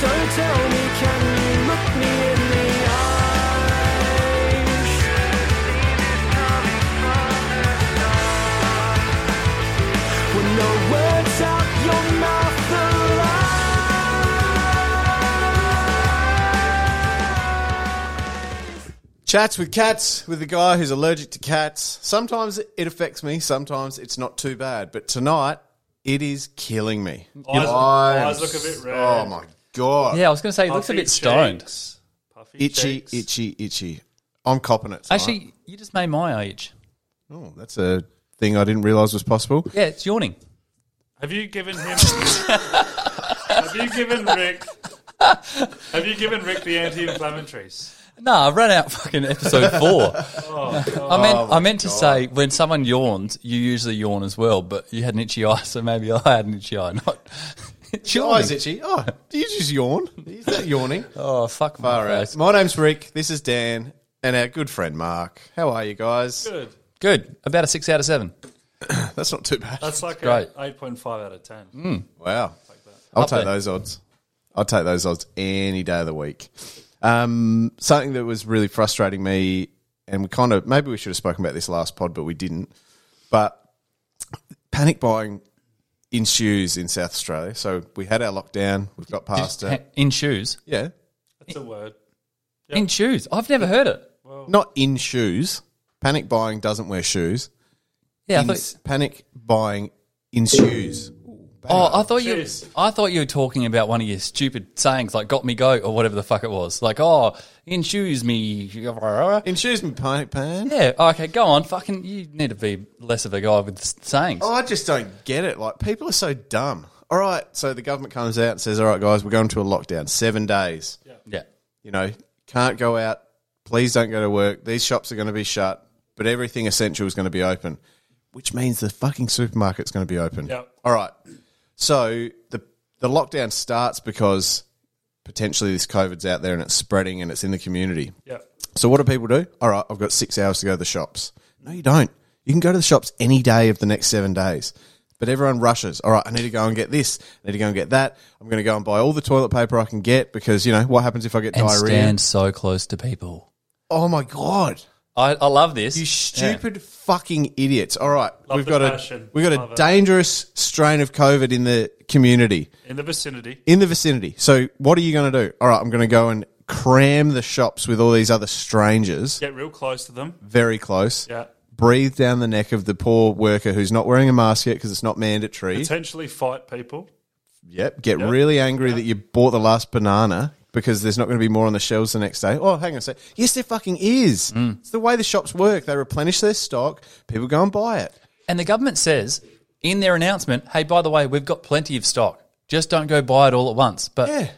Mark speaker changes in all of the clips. Speaker 1: So tell me, can you look me in the eyes? When no words out your mouth are
Speaker 2: Chats with cats with a guy who's allergic to cats. Sometimes it affects me, sometimes it's not too bad. But tonight, it is killing me.
Speaker 3: Eyes-
Speaker 2: I'm
Speaker 3: eyes look a bit red.
Speaker 2: Oh my God.
Speaker 4: Yeah, I was going to say, he looks a
Speaker 3: Puffy
Speaker 4: bit stoned.
Speaker 3: cheeks. Puffy
Speaker 2: Itchy,
Speaker 3: cheeks.
Speaker 2: itchy, itchy. I'm copping it. tonight.
Speaker 4: Actually, you just made my age.
Speaker 2: oh, that's a thing I didn't realize was possible.
Speaker 4: Yeah, it's yawning.
Speaker 3: Have you given him? have you given Rick? Have you given Rick the anti-inflammatories?
Speaker 4: No, I ran out fucking episode four. Oh, I meant, I meant to say when someone yawns, you usually yawn as well, but you had an itchy eye, so maybe I had an itchy eye. Not it's
Speaker 2: Your eyes
Speaker 4: yawning.
Speaker 2: itchy. Oh, do you just yawn? Is that yawning?
Speaker 4: Oh fuck my
Speaker 2: All right.
Speaker 4: face.
Speaker 2: My name's Rick. This is Dan and our good friend Mark. How are you guys?
Speaker 3: Good.
Speaker 4: Good, about a six out of seven.
Speaker 2: That's not too bad.
Speaker 3: That's like
Speaker 4: Great. Mm.
Speaker 3: a eight point five out of ten.
Speaker 2: Wow. I'll
Speaker 4: Up
Speaker 2: take
Speaker 4: there.
Speaker 2: those odds. I'll take those odds any day of the week. Um, something that was really frustrating me, and we kind of maybe we should have spoken about this last pod, but we didn't. But panic buying ensues in South Australia. So we had our lockdown, we've got past it.
Speaker 4: In shoes,
Speaker 2: Yeah.
Speaker 3: That's a word.
Speaker 4: in shoes. I've never heard it.
Speaker 2: Not in shoes. Panic buying doesn't wear shoes.
Speaker 4: Yeah, I
Speaker 2: In-
Speaker 4: thought,
Speaker 2: panic buying ensues.
Speaker 4: oh, I thought you,
Speaker 3: Shoes.
Speaker 4: I thought you were talking about one of your stupid sayings like "got me go" or whatever the fuck it was. Like, oh, in shoes me.
Speaker 2: Ensues me panic pan.
Speaker 4: Yeah. oh, Okay. Go on. Fucking. You need to be less of a guy with s- sayings.
Speaker 2: Oh, I just don't get it. Like people are so dumb. All right, so the government comes out and says, "All right, guys, we're going to a lockdown, seven days.
Speaker 4: Yeah.
Speaker 2: You know, can't go out. Please don't go to work. These shops are going to be shut, but everything essential is going to be open, which means the fucking supermarket's going to be open.
Speaker 3: Yep.
Speaker 2: All right. So the the lockdown starts because potentially this COVID's out there and it's spreading and it's in the community.
Speaker 3: Yeah.
Speaker 2: So what do people do? All right, I've got six hours to go to the shops. No, you don't. You can go to the shops any day of the next seven days. But everyone rushes. All right, I need to go and get this. I need to go and get that. I'm going to go and buy all the toilet paper I can get because, you know, what happens if I get
Speaker 4: And
Speaker 2: diarrhea?
Speaker 4: stand so close to people.
Speaker 2: Oh my God.
Speaker 4: I, I love this.
Speaker 2: You stupid fucking idiots. All right,
Speaker 3: Love
Speaker 2: we've
Speaker 3: the
Speaker 2: got
Speaker 3: passion.
Speaker 2: a we've got
Speaker 3: Love
Speaker 2: a
Speaker 3: it.
Speaker 2: dangerous strain of COVID in the community.
Speaker 3: In the vicinity.
Speaker 2: in the vicinity. So what are you going to do? All right, I'm going to go and cram the shops with all these other strangers
Speaker 3: Get real close to them.
Speaker 2: very close.
Speaker 3: Yeah.
Speaker 2: Breathe down the neck of the poor worker who's not wearing a mask yet because it's not mandatory.
Speaker 3: Potentially fight people.
Speaker 2: Yep. Get really angry that you bought the last banana because there's not going to be more on the shelves the next day. Oh, hang on a sec. Yes, there fucking is. It's the way the shops work. They replenish their stock. People go and buy it.
Speaker 4: And the government says in their announcement, "Hey, by the way, we've got plenty of stock. Just don't go buy it all at once." But
Speaker 2: Yeah.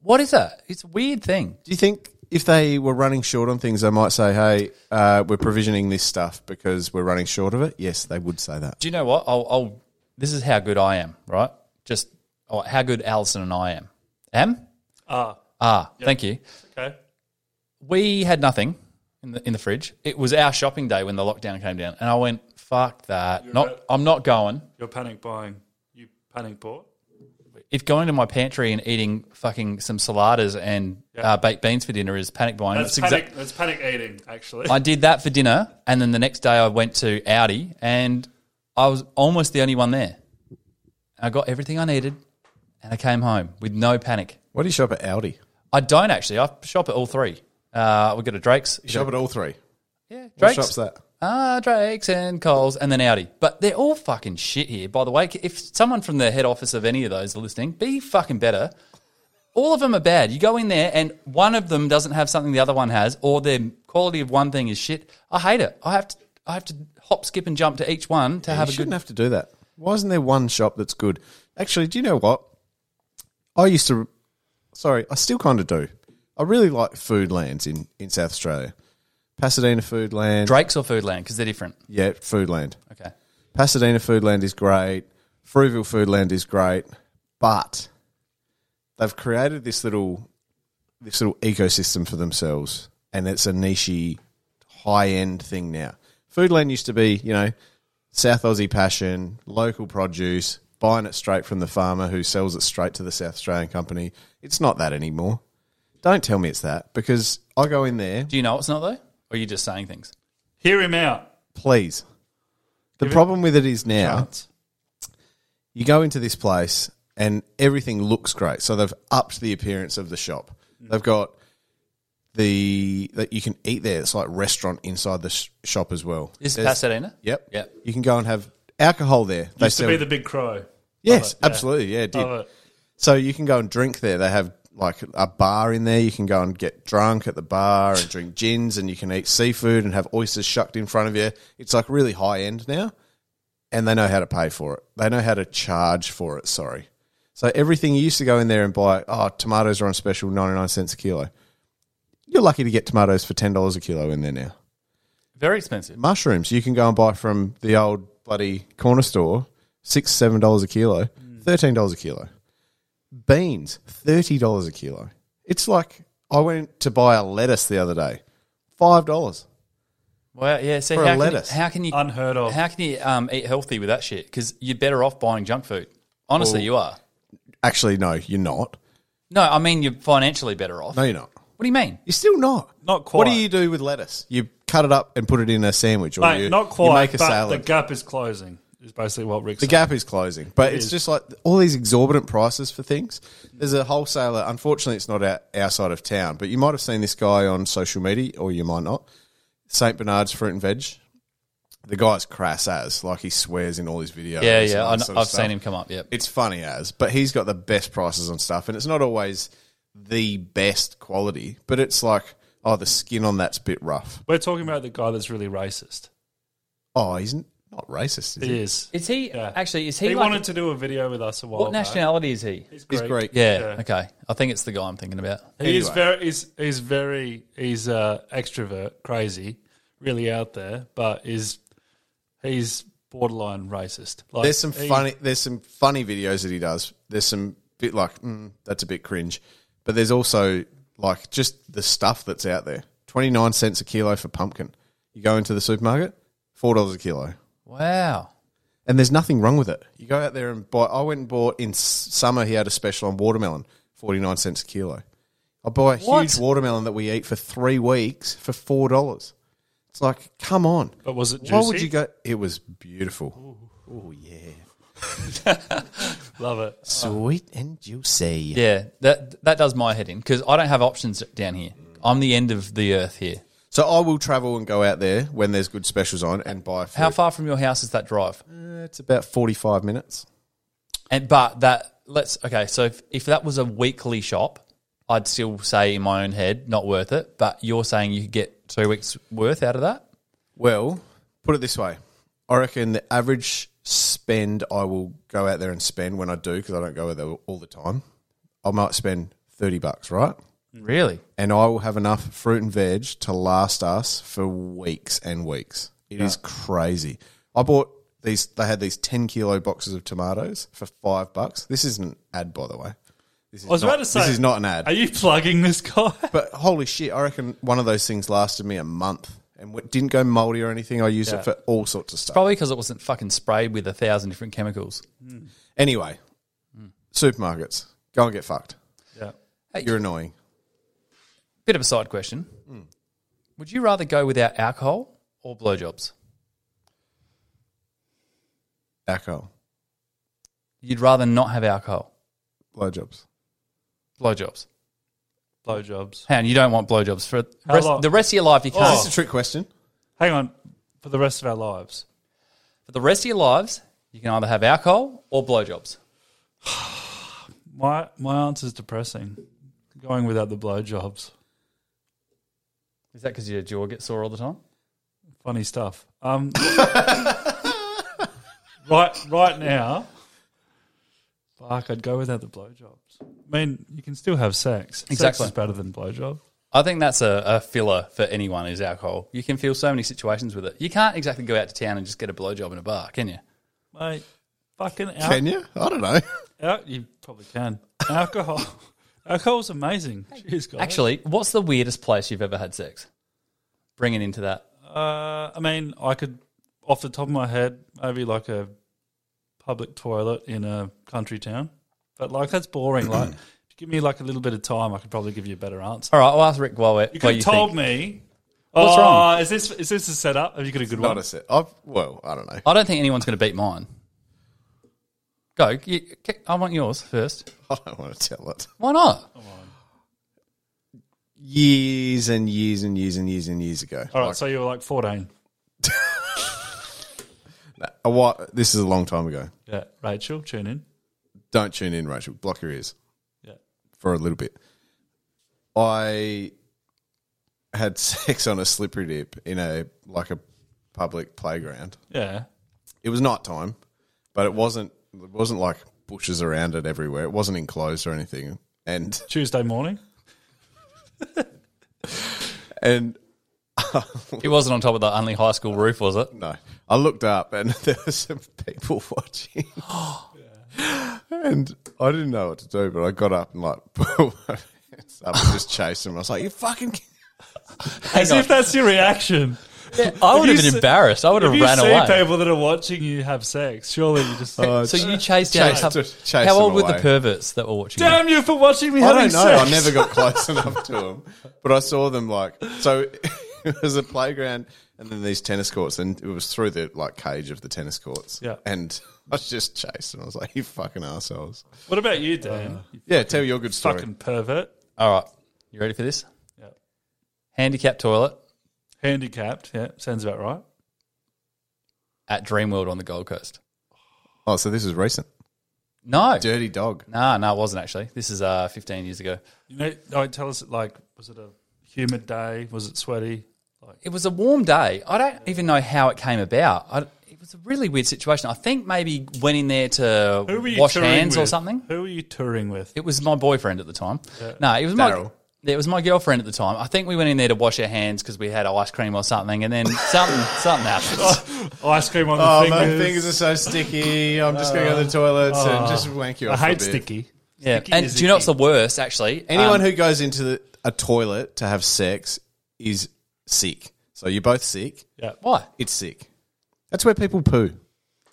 Speaker 4: what is that? It's a weird thing.
Speaker 2: Do you think if they were running short on things, they might say, hey, uh, we're provisioning this stuff because we're running short of it? Yes, they would say that.
Speaker 4: Do you know what? I'll, I'll. This is how good I am, right? Just oh, how good Alison and I am. Am?
Speaker 3: Ah.
Speaker 4: Ah, thank you.
Speaker 3: Okay.
Speaker 4: we had nothing in the in the fridge. It was our shopping day when the lockdown came down, and I went, "Fuck that! not,
Speaker 3: right.
Speaker 4: I'm not going.
Speaker 3: You're panic buying. You panic bought.
Speaker 4: If going to my pantry and eating fucking some saladas and uh, baked beans for dinner is panic buying,
Speaker 3: That's,
Speaker 4: exact-
Speaker 3: panic. that's panic eating. Actually.
Speaker 4: I did that for dinner, and then the next day I went to Audi, and I was almost the only one there. I got everything I needed. and I came home with no panic.
Speaker 2: What do you shop at Audi?
Speaker 4: I don't actually. I shop at all three. Uh, we go to Drake's.
Speaker 2: You shop at all three.
Speaker 4: yeah,
Speaker 2: What
Speaker 4: Drake's.
Speaker 2: shop's that?
Speaker 4: Ah, Drake's and Coles and then Audi. But they're all fucking shit here, by the way. If someone from the head office of any of those are listening, be fucking better. All of them are bad. You go in there and one of them doesn't have something the other one has, or their quality of one thing is shit. I hate it. I have to I have to hop, skip and jump to each one to have
Speaker 2: you
Speaker 4: a good
Speaker 2: shouldn't have to do that. Why isn't there one shop that's good? Actually, do you know what? I used to. Sorry, I still kind of do. I really like Foodlands in in South Australia, Pasadena Foodland.
Speaker 4: Drake's or Foodland, because they're different.
Speaker 2: Yeah, Foodland.
Speaker 4: Okay.
Speaker 2: Pasadena Foodland is great. Fruville Foodland is great, but they've created this little this little ecosystem for themselves, and it's a niche, high end thing now. Foodland used to be, you know, South Aussie passion, local produce, buying it straight from the farmer who sells it straight to the South Australian company. It's not that anymore. Don't tell me it's that because I go in there,
Speaker 4: Do you know it's not though? Or are you just saying things?
Speaker 3: Hear him out.
Speaker 2: please. The problem with it is now. you go into this place and everything looks great. So they've upped the appearance of the shop. They've got the that you can eat there. It's like restaurant inside the sh- shop as well.
Speaker 4: This is
Speaker 2: There's-
Speaker 4: Pasadena?
Speaker 2: Yep.
Speaker 4: Yep.
Speaker 2: You can go and have alcohol there. They
Speaker 3: Used to
Speaker 2: sell,
Speaker 3: be the big crow.
Speaker 2: yes,
Speaker 3: yeah. Oh,
Speaker 2: absolutely. Yeah, it did.
Speaker 3: Love it.
Speaker 2: So you can go and drink there. They have like a bar in there. You can go and get drunk at the bar and drink gins, and you can eat seafood and have oysters shucked in front of you. It's like really high end now, and they know how to pay for it. They know how to charge for it. Sorry. So everything you used to go in there and buy, oh, tomatoes are on special, ninety nine cents a kilo. You're lucky to get tomatoes for ten dollars a kilo in there now.
Speaker 4: Very expensive.
Speaker 2: Mushrooms you can go and buy from the old bloody corner store, six seven dollars a kilo, thirteen dollars a kilo beans, thirty dollars a kilo. It's like I went to buy a lettuce the other day, five dollars.
Speaker 4: Well, yeah. See,
Speaker 2: For a
Speaker 4: how, can,
Speaker 2: lettuce.
Speaker 4: how can you
Speaker 3: Unheard of.
Speaker 4: How can you um, eat healthy with that shit? Because you're better off buying junk food. Honestly, you are.
Speaker 2: Actually, no, you're not.
Speaker 4: No, I mean you're financially better off.
Speaker 2: No, you're not.
Speaker 4: What do you mean?
Speaker 2: You're still not.
Speaker 3: Not
Speaker 2: What do
Speaker 3: quite.
Speaker 2: you do with lettuce? You cut it up and put it in a sandwich, or
Speaker 3: Mate,
Speaker 2: you
Speaker 3: not quite.
Speaker 2: You make a
Speaker 3: but
Speaker 2: salad.
Speaker 3: The gap is closing. Is basically what Rick
Speaker 2: The
Speaker 3: said.
Speaker 2: gap is closing, but it's
Speaker 3: is.
Speaker 2: just like all these exorbitant prices for things. There's a wholesaler. Unfortunately, it's not our, our side of town, but you might have seen this guy on social media, or you might not. Saint Bernard's fruit and veg. The guy's crass as like he swears in all his videos.
Speaker 4: yeah,
Speaker 2: and
Speaker 4: yeah.
Speaker 2: all
Speaker 4: I,
Speaker 2: that sort of
Speaker 4: I've
Speaker 2: stuff.
Speaker 4: seen him come up. Yep.
Speaker 2: It's funny as, but he's got the best prices on stuff, and it's not always the best quality. But it's like, oh, the skin on that's a bit rough.
Speaker 3: We're talking about the guy that's really racist.
Speaker 2: Oh, he's n- not racist. Is
Speaker 3: He
Speaker 2: he?
Speaker 3: is.
Speaker 4: Is he
Speaker 3: Yeah.
Speaker 4: actually? Is
Speaker 3: He,
Speaker 4: he? like,
Speaker 3: wanted to do a video with us a while
Speaker 4: what
Speaker 3: back.
Speaker 4: nationality is he?
Speaker 3: He's
Speaker 2: He's
Speaker 3: great.
Speaker 2: great.
Speaker 4: Yeah,
Speaker 3: Yeah.
Speaker 4: Okay. I think it's the guy I'm thinking about.
Speaker 3: He is very. He's, he's very. He's uh, extrovert, crazy, really out there, but is he's borderline racist. Like
Speaker 2: there's some
Speaker 3: he-
Speaker 2: funny there's some funny videos that he does there's some bit like mm, that's a bit cringe but there's also like just the stuff that's out there 29 cents a kilo for pumpkin you go into the supermarket four dollars a kilo
Speaker 4: Wow.
Speaker 2: and there's nothing wrong with it you go out there and buy i went and bought in s- summer he had a special on watermelon 49 cents a kilo i buy a
Speaker 4: What?
Speaker 2: huge watermelon that we eat for three weeks for four dollars it's like come on
Speaker 3: But was it juicy?
Speaker 2: why would you go it was beautiful
Speaker 3: Love it.
Speaker 2: sweet and juicy
Speaker 4: Yeah. That that does my head in because I don't have options down here. I'm the end of the earth here.
Speaker 2: So I will travel and go out there when there's good specials on and buy food.
Speaker 4: How far from your house is that drive?
Speaker 2: Uh, It's about 45 minutes.
Speaker 4: And but that let's okay. So if, if that was a weekly shop, I'd still say in my own head, not worth it. But you're saying you could get two weeks worth out of that.
Speaker 2: Well, put it this way. I reckon the average spend I will go out there and spend when I do, because I don't go out there all the time, I might spend 30 bucks, right?
Speaker 3: Mm.
Speaker 4: Really?
Speaker 2: And I will have enough fruit and veg to last us for weeks and weeks. It is crazy. I bought these, they had these 10 kilo boxes of tomatoes for five bucks. This isn't an ad, by the way. This is
Speaker 3: I was
Speaker 2: not-
Speaker 3: about to say
Speaker 2: This is not an ad.
Speaker 3: Are you plugging this guy?
Speaker 2: But holy shit, I reckon one of those things lasted me a month and w- didn't go moldy or anything. I used it for all sorts of stuff.
Speaker 4: Probably because it wasn't fucking sprayed with a thousand different chemicals.
Speaker 2: anyway, supermarkets, go and get fucked.
Speaker 3: Yeah.
Speaker 4: Hey,
Speaker 2: You're annoying.
Speaker 4: bit of a side question.
Speaker 3: Mm.
Speaker 4: Would you rather go without alcohol or blowjobs?
Speaker 2: Alcohol.
Speaker 4: You'd rather not have alcohol.
Speaker 2: blowjobs.
Speaker 4: Blowjobs.
Speaker 3: blowjobs.
Speaker 4: And you don't want blowjobs for
Speaker 3: How
Speaker 4: rest,
Speaker 3: long? Oh.
Speaker 4: the rest of your life. You can't.
Speaker 2: It's a trick question.
Speaker 3: Hang on, for the rest of our lives.
Speaker 4: For the rest of your lives, you can either have alcohol or blowjobs.
Speaker 3: My my answer's depressing. Going without the blowjobs.
Speaker 4: Is that because your jaw gets sore all the time?
Speaker 3: Funny stuff. Um, right right now, fuck, I'd go without the blowjobs. I mean, you can still have sex. Sex
Speaker 4: Exactly.
Speaker 3: is better than blowjob.
Speaker 4: I think that's a, a filler for anyone is alcohol. You can feel so many situations with it. You can't exactly go out to town and just get a blowjob in a bar, can you?
Speaker 3: Mate, fucking out.
Speaker 2: Can you? I don't know.
Speaker 3: Al- you probably can. Alcohol. Alcohol's amazing. Jeez, guys.
Speaker 4: Actually, what's the weirdest place you've ever had sex? Bring it into that.
Speaker 3: Uh, I mean, I could, off the top of my head, maybe like a public toilet in a country town. But like, that's boring. like, if you give me like a little bit of time, I could probably give you a better answer.
Speaker 4: All right, I'll ask Rick while we're.
Speaker 3: You
Speaker 4: while
Speaker 3: could have told
Speaker 4: think.
Speaker 3: me.
Speaker 4: What's
Speaker 3: oh,
Speaker 4: wrong?
Speaker 3: Is this is this a setup? Have you got a good
Speaker 2: Not
Speaker 3: one?
Speaker 2: a set. I've, well, I don't know.
Speaker 4: I don't think anyone's going to beat mine. Go. You, I want yours first.
Speaker 2: I don't want to tell it.
Speaker 4: Why not?
Speaker 3: Oh.
Speaker 2: Years and years and years and years and years ago.
Speaker 3: All right, so you were like fourteen.
Speaker 2: A what? This is a long time ago.
Speaker 3: Yeah, Rachel, tune in.
Speaker 2: Don't tune in, Rachel. Block your ears
Speaker 3: Yeah,
Speaker 2: for a little bit. I had sex on a slippery dip in a like a public playground.
Speaker 3: yeah.
Speaker 2: It was night time, but it wasn't. It wasn't like bushes around it everywhere. It wasn't enclosed or anything. And
Speaker 3: Tuesday morning.
Speaker 2: and
Speaker 4: It wasn't on top of the only high school roof, was it?
Speaker 2: No. I looked up and there were some people watching. and I didn't know what to do, but I got up and like pulled my hands up and just chased them. I was like, you fucking. kid-"
Speaker 3: As if that's your reaction.
Speaker 4: I
Speaker 3: Have
Speaker 4: would
Speaker 3: you
Speaker 4: have been
Speaker 3: se-
Speaker 4: embarrassed. I would have
Speaker 3: if you
Speaker 4: ran
Speaker 3: see
Speaker 4: away.
Speaker 3: people that are watching you have sex, surely you just
Speaker 2: Uh,
Speaker 3: think,
Speaker 4: So you chased down.
Speaker 2: Chased-
Speaker 4: a couple-
Speaker 2: chased
Speaker 4: how old
Speaker 2: them
Speaker 4: were the
Speaker 2: away.
Speaker 4: perverts that were watching? you?
Speaker 3: "Damn you for watching me
Speaker 2: I
Speaker 3: having
Speaker 2: don't know.
Speaker 3: sex."
Speaker 2: I never got close enough to them, but I saw them like. So it was a playground and then these tennis courts, and it was through the like cage of the tennis courts.
Speaker 3: Yeah.
Speaker 2: And I was just chased and I was like, you fucking assholes.
Speaker 3: What about you, Dan? you
Speaker 2: Yeah, tell your good story.
Speaker 3: fucking pervert.
Speaker 4: All right, you ready for this?
Speaker 3: Yeah.
Speaker 4: Handicap toilet
Speaker 3: Handicapped. Yeah, sounds about right.
Speaker 4: at Dreamworld on the Gold Coast.
Speaker 2: Oh, so this is recent.
Speaker 4: No,
Speaker 2: Dirty dog.
Speaker 4: no, no, it wasn't actually. This is uh, 15 years ago.
Speaker 3: You know, oh, tell us like, was it a humid day? Was it sweaty?
Speaker 4: It was a warm day. I don't even know how it came about. I, it was a really weird situation. I think maybe went in there
Speaker 3: Who were
Speaker 4: to
Speaker 3: you
Speaker 4: wash
Speaker 3: touring
Speaker 4: hands or
Speaker 3: with?
Speaker 4: something.
Speaker 3: Who were you touring with?
Speaker 4: It was my boyfriend at the time. No, it was
Speaker 2: Daryl.
Speaker 4: my it was my girlfriend at the time. I think we went in there to wash our hands because we had ice cream or something, and then something something
Speaker 3: Oh,
Speaker 4: happened.
Speaker 3: Ice cream on the
Speaker 2: Oh,
Speaker 3: fingers. Oh, Uh,
Speaker 2: my fingers are so sticky. I'm just going to go to the toilets and just wank you
Speaker 3: I
Speaker 2: off. a
Speaker 3: hate
Speaker 2: bit.
Speaker 3: sticky.
Speaker 4: Yeah,
Speaker 3: Sticky
Speaker 4: and
Speaker 3: is
Speaker 4: do you know what's the
Speaker 3: icky.
Speaker 4: worst? Actually,
Speaker 2: Anyone
Speaker 4: Um,
Speaker 2: who goes into the, a toilet to have sex is sick. So you're both sick.
Speaker 4: why
Speaker 2: It's sick. That's where people poo.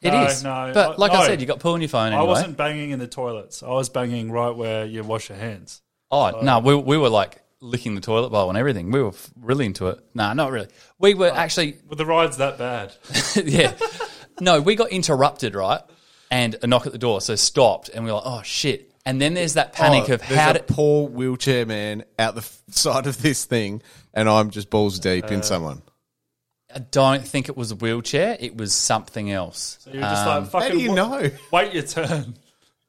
Speaker 4: it
Speaker 3: No,
Speaker 4: is.
Speaker 3: no,
Speaker 4: but
Speaker 3: I-
Speaker 4: like
Speaker 3: no.
Speaker 4: I said, you got poo on your phone. Anyway.
Speaker 3: I wasn't banging in the toilets. I was banging right where you wash your hands. uh,
Speaker 4: Oh no, we we were like licking the toilet bowl and everything. We were f- really into it. No, not really. We were actually
Speaker 3: But the ride's that bad.
Speaker 4: yeah. No, we got interrupted, right? And a knock at the door, so stopped, and we were like, "Oh shit!" And then there's that panic
Speaker 2: Oh,
Speaker 4: of
Speaker 2: there's
Speaker 4: how
Speaker 2: a
Speaker 4: did
Speaker 2: poor wheelchair man out the f- side of this thing, and I'm just balls deep
Speaker 4: Uh.
Speaker 2: in someone.
Speaker 4: I don't think it was a wheelchair. It was something else.
Speaker 3: So you're just
Speaker 4: Um,
Speaker 3: like,
Speaker 2: How
Speaker 3: fucking.
Speaker 2: do you
Speaker 3: wa-
Speaker 2: know?
Speaker 3: Wait your turn.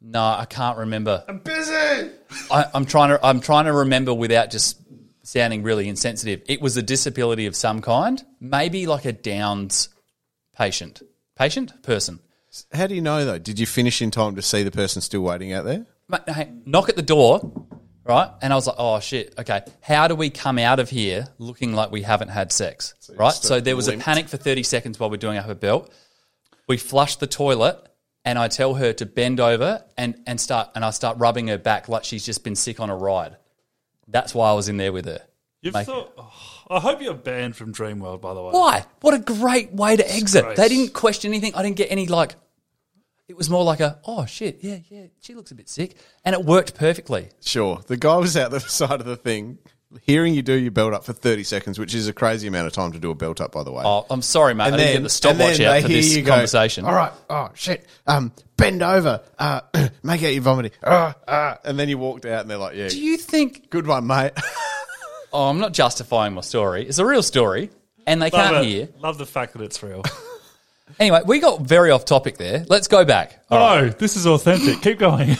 Speaker 4: No, I can't remember.
Speaker 2: I'm busy.
Speaker 4: I, I'm trying to I'm trying to remember without just sounding really insensitive. It was a disability of some kind, maybe like a Downs patient, patient person.
Speaker 2: How do you know though? Did you finish in time to see the person still waiting out there?
Speaker 4: Mate, hey, knock at the door, right? And I was like, oh shit, okay. How do we come out of here looking like we haven't had sex, right? So there was a panic for 30 seconds while we're doing up her belt. We flush the toilet, and I tell her to bend over and and start and I start rubbing her back like she's just been sick on a ride. That's why I was in there with her.
Speaker 3: You've
Speaker 4: Make-
Speaker 3: thought. "Oh, I hope you're banned from Dreamworld. By the way,
Speaker 4: Why? What a great way to exit.
Speaker 3: Christ.
Speaker 4: They didn't question anything. I didn't get any like. It was more like a oh shit yeah yeah she looks a bit sick and it worked perfectly.
Speaker 2: Sure. The guy was out the side of the thing hearing you do your build up for 30 seconds, which is a crazy amount of time to do a build up, by the way.
Speaker 4: Oh, I'm sorry, mate. I didn't get the stopwatch out for this conversation.
Speaker 2: Go, All right. Oh shit. Um, bend over. Uh, make out your vomiting. Uh, uh, and then you walked out, and they're like, "Yeah,
Speaker 4: Do you think?
Speaker 2: good one, mate."
Speaker 4: Oh, I'm not justifying my story. It's a real story, and they
Speaker 3: Love it.
Speaker 4: can't hear.
Speaker 3: Love the fact that it's real.
Speaker 4: Anyway, we got very off topic there. Let's go back. All right.
Speaker 3: No, this is authentic. Keep going.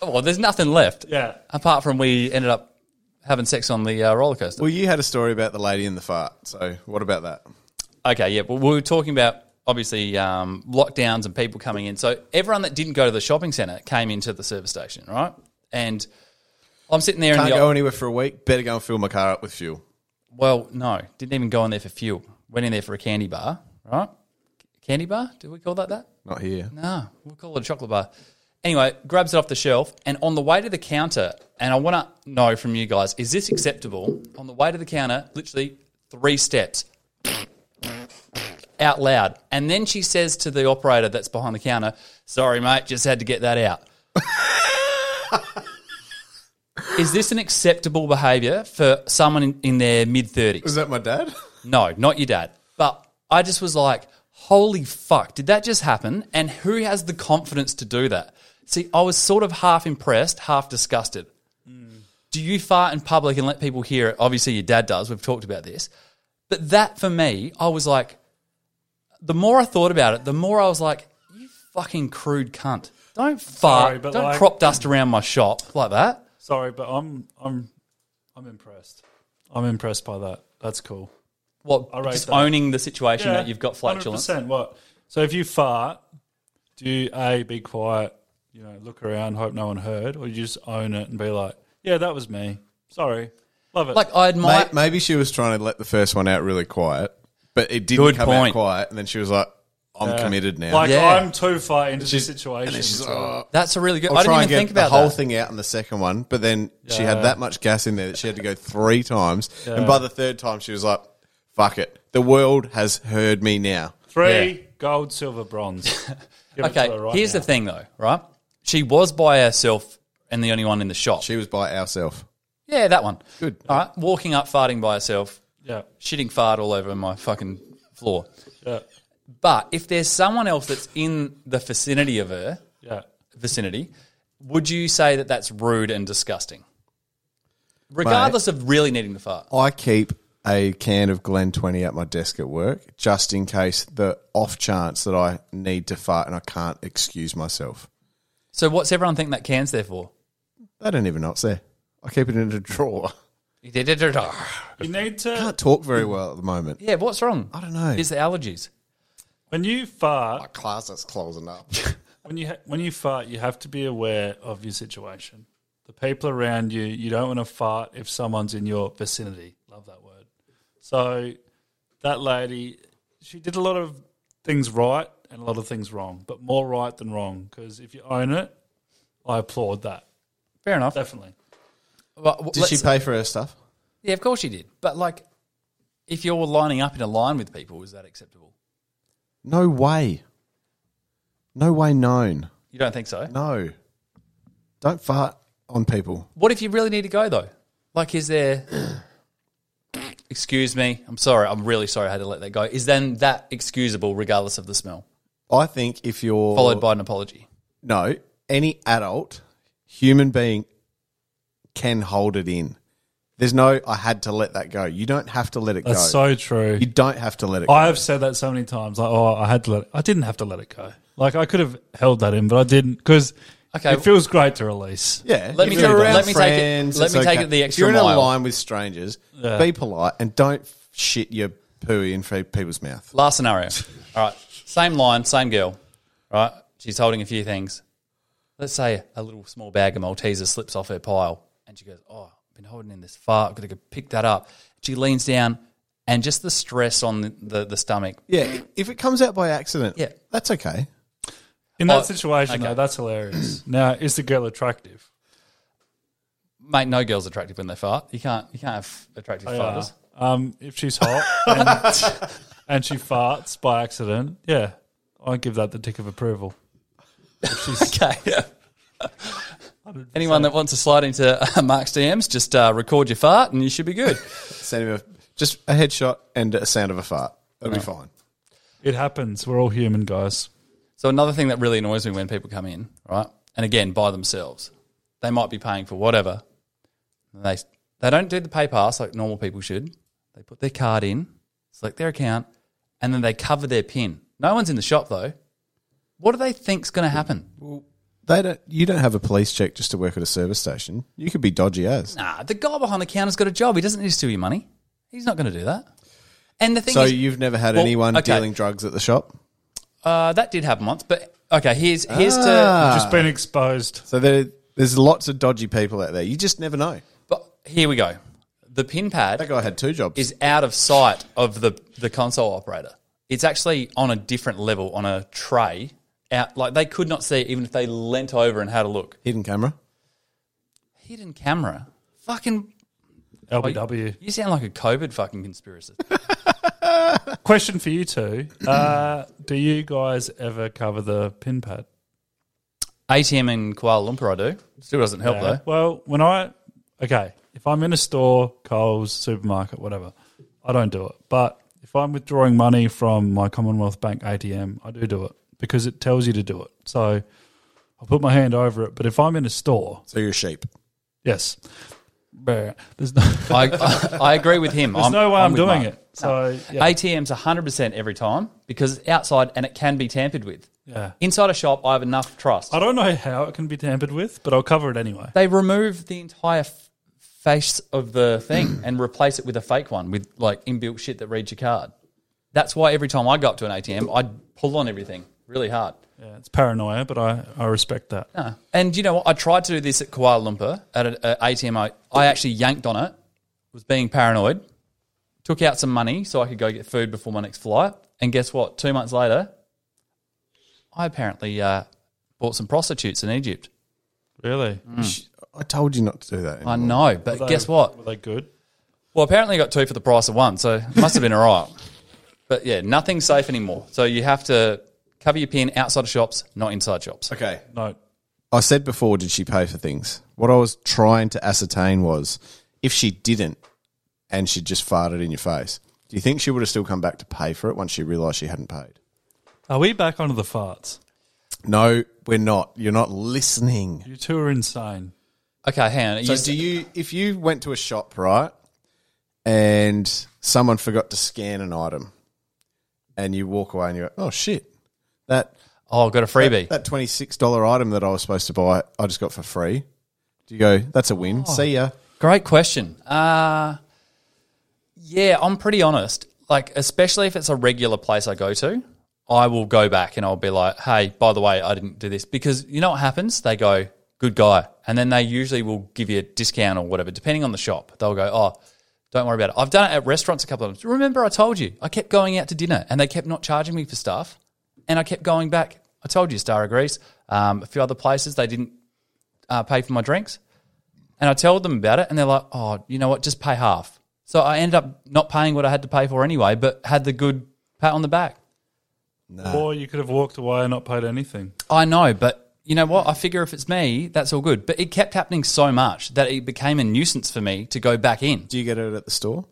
Speaker 4: Well, there's nothing left.
Speaker 3: Yeah.
Speaker 4: Apart from we ended up having sex on the uh, roller coaster.
Speaker 2: well, you had a story about the lady in the fart. So what about that?
Speaker 4: Okay, yeah. Well, we were talking about obviously um, lockdowns and people coming in. So everyone that didn't go to the shopping centre came into the service station, right? And I'm sitting there
Speaker 2: Can't
Speaker 4: in the
Speaker 2: go anywhere for a week. Better go and fill my car up with fuel.
Speaker 4: well, no, didn't even go in there for fuel. Went in there for a candy bar, right? Candy bar? Do we call that that?
Speaker 2: Not here.
Speaker 4: No, we'll call it a chocolate bar. Anyway, grabs it off the shelf and on the way to the counter, and I want to know from you guys, is this acceptable? On the way to the counter, literally three steps out loud. And then she says to the operator that's behind the counter, sorry, mate, just had to get that out. is this an acceptable behavior for someone in, in their mid 30s?
Speaker 2: Was that my dad?
Speaker 4: No, not your dad. But I just was like, holy fuck, did that just happen? And who has the confidence to do that? See, I was sort of half impressed, half disgusted.
Speaker 3: Hmm.
Speaker 4: Do you fart in public and let people hear it? Obviously, your dad does. We've talked about this. But that for me, I was like, the more I thought about it, the more I was like, you fucking crude cunt. Don't fart.
Speaker 3: Sorry, but
Speaker 4: don't
Speaker 3: like-
Speaker 4: crop dust around my shop like that.
Speaker 3: Sorry, but I'm I'm I'm impressed. I'm impressed by that. That's cool.
Speaker 4: What,
Speaker 3: I rate
Speaker 4: just
Speaker 3: that.
Speaker 4: owning the situation that you've got flatulence.
Speaker 3: 100%. What? So if you fart, do you a be quiet? You know, look around, hope no one heard, or you just own it and be like, "Yeah, that was me. Sorry, love it."
Speaker 4: Like, I admire.
Speaker 2: May- Maybe she was trying to let the first one out really quiet, but it didn't
Speaker 4: Good
Speaker 2: come
Speaker 4: point.
Speaker 2: out quiet. And then she was like, "I'm committed now."
Speaker 3: Like,
Speaker 4: Yeah.
Speaker 3: I'm too far into the situation.
Speaker 2: and then she's
Speaker 3: so-
Speaker 2: like, "Oh,
Speaker 4: That's a really good.
Speaker 2: I'll
Speaker 4: I didn't
Speaker 2: try
Speaker 4: even
Speaker 2: and get
Speaker 4: think about
Speaker 2: the whole
Speaker 4: that.
Speaker 2: thing out in the second one, but then she had that much gas in there that she had to go three times, and by the third time she was like, "Fuck it, the world has heard me now."
Speaker 3: Three gold, silver, bronze. Give it to
Speaker 4: Okay,
Speaker 3: her right
Speaker 4: here's
Speaker 3: now.
Speaker 4: the thing though, right? She was by herself and the only one in the shop.
Speaker 2: She was by herself.
Speaker 4: yeah, that one.
Speaker 2: Good.
Speaker 4: All right, walking up, farting by herself,
Speaker 3: Yeah,
Speaker 4: shitting fart all over my fucking floor.
Speaker 3: yeah,
Speaker 4: But if there's someone else that's in the vicinity of her
Speaker 3: yeah.
Speaker 4: vicinity, would you say that that's rude and disgusting? Regardless of really needing to fart.
Speaker 2: I keep a can of Glen Twenty at my desk at work just in case the off chance that I need to fart and I can't excuse myself.
Speaker 4: So what's everyone think that can's there for?
Speaker 2: They don't even know it's there. I keep it in a drawer.
Speaker 3: You need to
Speaker 2: Can't talk very well at the moment.
Speaker 4: Yeah, what's wrong?
Speaker 2: I don't know.
Speaker 4: Is the allergies?
Speaker 3: when you fart.
Speaker 2: class that's closing up.
Speaker 3: When you ha- when you fart, you have to be aware of your situation. The people around you, you don't want to fart if someone's in your vicinity. Love that word. So that lady, she did a lot of things right and a lot of things wrong, but more right than wrong because if you own it, I applaud that.
Speaker 4: Fair enough.
Speaker 3: Definitely.
Speaker 4: Well,
Speaker 2: Did
Speaker 4: let's-
Speaker 2: she pay for her stuff?
Speaker 4: Yeah, of course she did. But like, if you're lining up in a line with people, is that acceptable?
Speaker 2: No way. No way known.
Speaker 4: You don't think so?
Speaker 2: No. Don't fart on people.
Speaker 4: What if you really need to go though? Like, is there? Excuse me. I'm sorry. I'm really sorry. I had to let that go. Is then that excusable, regardless of the smell,
Speaker 2: I think if you're
Speaker 4: followed by an apology?
Speaker 2: no any adult human being can hold it in. There's no I had to let that go. You don't have to let it
Speaker 3: That's
Speaker 2: go.
Speaker 3: so true.
Speaker 2: you don't have to let it
Speaker 3: I
Speaker 2: go.
Speaker 3: have said that so many times. Like, oh, I had to let. It, I didn't have to let it go. Like, I could have held that in, but I didn't because
Speaker 4: Okay.
Speaker 3: it feels great to release.
Speaker 2: Yeah,
Speaker 4: Let
Speaker 2: if
Speaker 4: me
Speaker 2: you're
Speaker 4: take-
Speaker 2: around
Speaker 4: let me take it- let
Speaker 2: it's
Speaker 4: me take it the
Speaker 2: If you're
Speaker 4: extra
Speaker 2: in
Speaker 4: mile.
Speaker 2: a line with strangers, be polite and don't shit your poo in people's mouth.
Speaker 4: Last scenario. All right. Same line, same girl. Right. She's holding a few things. Let's say a little small bag of Maltesers slips off her pile and she goes, Oh, I've been holding in this fart. I've got to go pick that up. She leans down and just the stress on the, the, the stomach.
Speaker 2: Yeah, if it comes out by accident,
Speaker 4: Yeah.
Speaker 2: that's okay.
Speaker 3: In that
Speaker 4: Oh,
Speaker 3: situation,
Speaker 4: okay.
Speaker 3: though, that's hilarious. now, is the girl attractive?
Speaker 4: Mate, no girl's attractive when they fart. You can't you can't have
Speaker 3: Oh,
Speaker 4: attractive farters.
Speaker 3: Um, if she's hot and, and she farts by accident, yeah, I give that the tick of approval. If she's,
Speaker 4: Okay. Anyone that wants to slide into uh, Mark's DMs, just uh, record your fart and you should be good.
Speaker 2: Send him a, just a headshot and a sound of a fart. That'll be fine.
Speaker 3: It happens. We're all human, guys.
Speaker 4: So another thing that really annoys me when people come in, right? And again, by themselves, they might be paying for whatever. And They they don't do the pay pass like normal people should. They put their card in, select their account, and then they cover their pin. No one's in the shop though. What do they think's going to happen?
Speaker 2: They don't. You don't have a police check just to work at a service station. You could be dodgy as.
Speaker 4: Nah, the guy behind the counter's got a job. He doesn't need to steal your money. He's not going to do that. And the thing
Speaker 2: So
Speaker 4: is,
Speaker 2: you've never had
Speaker 4: Well,
Speaker 2: anyone
Speaker 4: okay.
Speaker 2: dealing drugs at the shop.
Speaker 4: uh, that did happen once. But okay, here's here's to
Speaker 3: Just been exposed.
Speaker 2: So there, there's lots of dodgy people out there. You just never know.
Speaker 4: But here we go. The pin pad
Speaker 2: That guy had two jobs.
Speaker 4: is out of sight of the, the console operator. It's actually on a different level, on a tray. Out like they could not see it even if they leant over and had a look.
Speaker 2: hidden camera.
Speaker 4: Hidden camera. Fucking
Speaker 3: LBW.
Speaker 4: you sound like a COVID fucking conspiracy.
Speaker 3: Question for you two. Uh, do you guys ever cover the pin pad?
Speaker 4: ATM in Kuala Lumpur I do. Still doesn't help
Speaker 3: Yeah. Well, when I okay, if I'm in a store, Coles, supermarket, whatever, I don't do it. But if I'm withdrawing money from my Commonwealth Bank ATM, I do do it because it tells you to do it. So I'll put my hand over it. But if I'm in a store,
Speaker 2: So you're a sheep.
Speaker 3: yes, Brr. there's no
Speaker 4: though. I, I, agree with him.
Speaker 3: there's no way I'm, doing it. So yeah,
Speaker 4: ATM's 100% every time because it's outside and it can be tampered with.
Speaker 3: yeah.
Speaker 4: Inside a shop, I have enough trust.
Speaker 3: I don't know how it can be tampered with, but I'll cover it anyway.
Speaker 4: they remove the entire f- face of the thing and replace it with a fake one with like inbuilt shit that reads your card. That's why every time I go up to an ATM, I pull on everything really hard.
Speaker 3: Yeah, it's paranoia, but I, I respect that.
Speaker 4: Uh, and you know what? I tried to do this at Kuala Lumpur at an ATM. I, I actually yanked on it, was being paranoid, took out some money so I could go get food before my next flight. And guess what? Two months later, I apparently uh, bought some prostitutes in Egypt.
Speaker 3: Really?
Speaker 2: I told you not to do that.
Speaker 4: I know, but guess what?
Speaker 3: Were they good?
Speaker 4: Well, apparently I got two for the price of one, so it must have been all right. But yeah, nothing's safe anymore. So you have to cover your pin outside of shops, not inside shops.
Speaker 2: Okay.
Speaker 3: No.
Speaker 2: I said before, did she pay for things? What I was trying to ascertain was if she didn't and she just farted in your face, do you think she would have still come back to pay for it once she realised she hadn't paid?
Speaker 3: Are we back onto the farts?
Speaker 2: No, we're not. You're not listening.
Speaker 3: You two are insane.
Speaker 4: Okay, hang on.
Speaker 2: So
Speaker 4: You-
Speaker 2: do you if you went to a shop, right, and someone forgot to scan an item and you walk away and you're oh shit. That
Speaker 4: oh, got a freebie.
Speaker 2: that twenty six dollar item that I was supposed to buy, I just got for free. Do you go, that's a win. See ya.
Speaker 4: Great question. Uh, yeah, I'm pretty honest. Like, especially if it's a regular place I go to, I will go back and I'll be like, hey, by the way, I didn't do this. Because you know what happens? They go, good guy. And then they usually will give you a discount or whatever, depending on the shop. They'll go, oh, don't worry about it. I've done it at restaurants a couple of times. Remember, I told you, I kept going out to dinner and they kept not charging me for stuff. And I kept going back. I told you, Star of Greece, um, a few other places, they didn't uh, pay for my drinks. And I tell them about it, and they're like, "Oh, you know what? Just pay half." So I ended up not paying what I had to pay for anyway, but had the good pat on the back.
Speaker 3: Or you could have walked away and not paid anything.
Speaker 4: I know, but you know what? I figure if it's me, that's all good. But it kept happening so much that it became a nuisance for me to go back in.
Speaker 2: Do you get it at the store?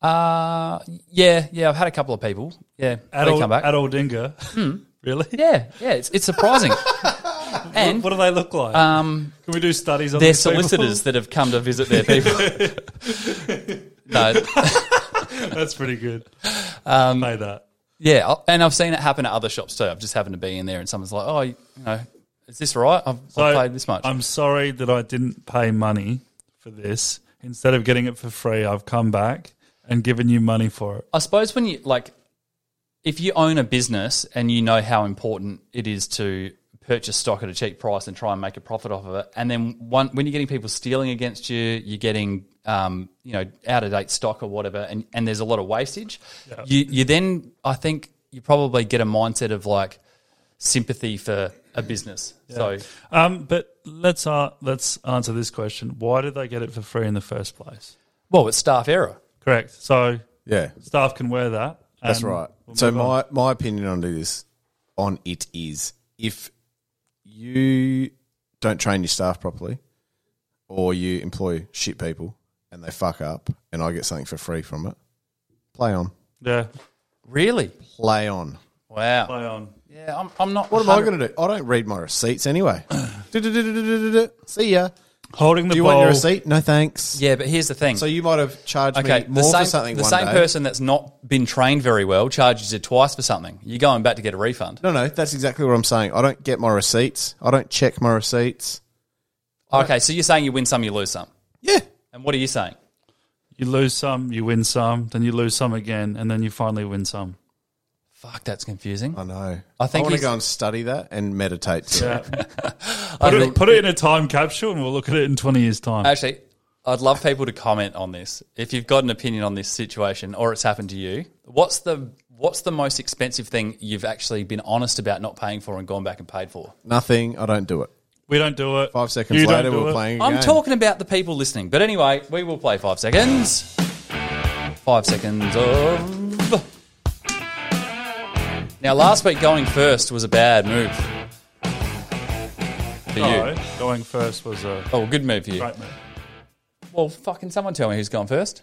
Speaker 4: Uh, yeah, yeah. I've had a couple of people. Yeah,
Speaker 3: At
Speaker 4: they
Speaker 3: all,
Speaker 4: come back. Hmm.
Speaker 3: at all dinger. really?
Speaker 4: Yeah, yeah. It's, it's surprising. and
Speaker 3: What do they look like? Um, Can we do studies on
Speaker 4: they're
Speaker 3: these people?
Speaker 4: solicitors that have come to visit their people. no,
Speaker 3: That's pretty good.
Speaker 4: Um,
Speaker 3: Made that.
Speaker 4: Yeah, I- and I've seen it happen at other shops too. I've just happened to be in there, and someone's like, "Oh, you know, is this right? I've, I've paid this much."
Speaker 3: I'm sorry that I didn't pay money for this. Instead of getting it for free, I've come back and given you money for it.
Speaker 4: I suppose when you like, if you own a business and you know how important it is to purchase stock at a cheap price and try and make a profit off of it, and then one, when you're getting people stealing against you, you're getting um, you know out of date stock or whatever, and, and there's a lot of wastage. You you then I think you probably get a mindset of like sympathy for a business. So
Speaker 3: Um, but let's uh, let's answer this question: Why did they get it for free in the first place?
Speaker 4: well, it's staff error.
Speaker 3: Correct. So
Speaker 2: Yeah.
Speaker 3: staff can wear that.
Speaker 2: That's
Speaker 3: and
Speaker 2: right.
Speaker 3: Um, we'll
Speaker 2: so
Speaker 3: move on.
Speaker 2: my my opinion on this on it is if you don't train your staff properly, or you employ shit people and they fuck up, and I get something for free from it. Play on,
Speaker 3: Yeah.
Speaker 4: Really?
Speaker 2: play on.
Speaker 4: Wow.
Speaker 3: Play on.
Speaker 4: Yeah, I'm, I'm not.
Speaker 2: What am I going to do? I don't read my receipts anyway. Du-du-du-du-du-du-du. See ya.
Speaker 3: Holding the
Speaker 2: Do you
Speaker 3: ball.
Speaker 2: want your receipt? No thanks.
Speaker 4: Yeah, but here's the thing.
Speaker 2: So you might have charged
Speaker 4: okay,
Speaker 2: me
Speaker 4: the
Speaker 2: more
Speaker 4: same,
Speaker 2: for something.
Speaker 4: the
Speaker 2: one
Speaker 4: same
Speaker 2: day.
Speaker 4: person that's not been trained very well charges you twice for something. You're going back to get a refund.
Speaker 2: No, no, that's exactly what I'm saying. I don't get my receipts. I don't check my receipts.
Speaker 4: Okay, so you're saying you win some, you lose some.
Speaker 2: Yeah.
Speaker 4: And what are you saying?
Speaker 3: You lose some, you win some, then you lose some again, and then you finally win some.
Speaker 4: Fuck, that's confusing.
Speaker 2: I know.
Speaker 4: I
Speaker 2: I
Speaker 4: think
Speaker 2: want to
Speaker 4: he's-
Speaker 2: go and study that and meditate. To it.
Speaker 3: Put it, put it in a time capsule, and we'll look at it in twenty years' time.
Speaker 4: Actually, I'd love people to comment on this. If you've got an opinion on this situation or it's happened to you, what's the what's the most expensive thing you've actually been honest about not paying for and gone back and paid for?
Speaker 2: Nothing. I don't do it.
Speaker 3: we don't do it.
Speaker 2: Five seconds
Speaker 3: You don't
Speaker 2: later,
Speaker 3: do
Speaker 2: we're
Speaker 3: it.
Speaker 2: playing.
Speaker 4: I'm
Speaker 2: again.
Speaker 4: talking about the people listening. But anyway, we will play five seconds. Five seconds of. Now, last week going first was a bad move for
Speaker 3: No,
Speaker 4: you.
Speaker 3: going first was a
Speaker 4: Oh, good move for you.
Speaker 3: great move.
Speaker 4: Well, fucking someone tell me who's gone 1st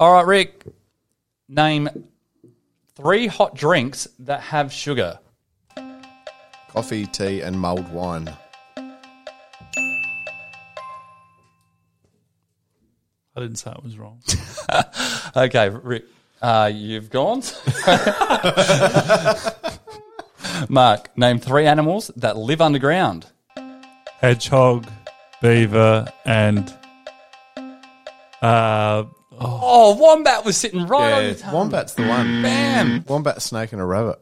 Speaker 4: All right, Rick. Name three hot drinks that have sugar.
Speaker 2: coffee, tea, and mulled wine.
Speaker 3: I didn't say it was wrong.
Speaker 4: Okay, Rick. Uh, you've gone. Mark, name three animals that live underground.
Speaker 3: Hedgehog, beaver, and uh,
Speaker 4: Oh, wombat was sitting right on your tongue.
Speaker 2: Wombat's the one.
Speaker 4: Oh, Bam.
Speaker 2: Wombat, snake, and a rabbit.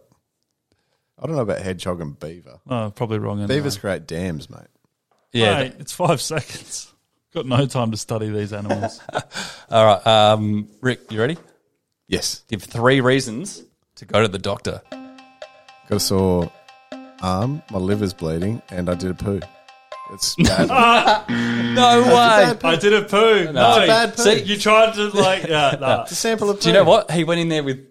Speaker 2: I don't know about hedgehog and beaver.
Speaker 3: oh, probably wrong. Anyway.
Speaker 2: Beavers create dams, mate.
Speaker 4: Yeah.
Speaker 3: Mate, it's five seconds. Got no time to study these animals.
Speaker 4: All right, um, Rick, you ready?
Speaker 2: Yes.
Speaker 4: Give three reasons to go to the doctor.
Speaker 2: Got a sore arm, um, my liver's bleeding, and I did a poo. It's bad.
Speaker 4: No way.
Speaker 3: I did a poo. No,
Speaker 2: bad poo.
Speaker 3: See, you tried to like. Yeah, nah.
Speaker 2: It's a sample of poo.
Speaker 4: Do you know what? He went in there with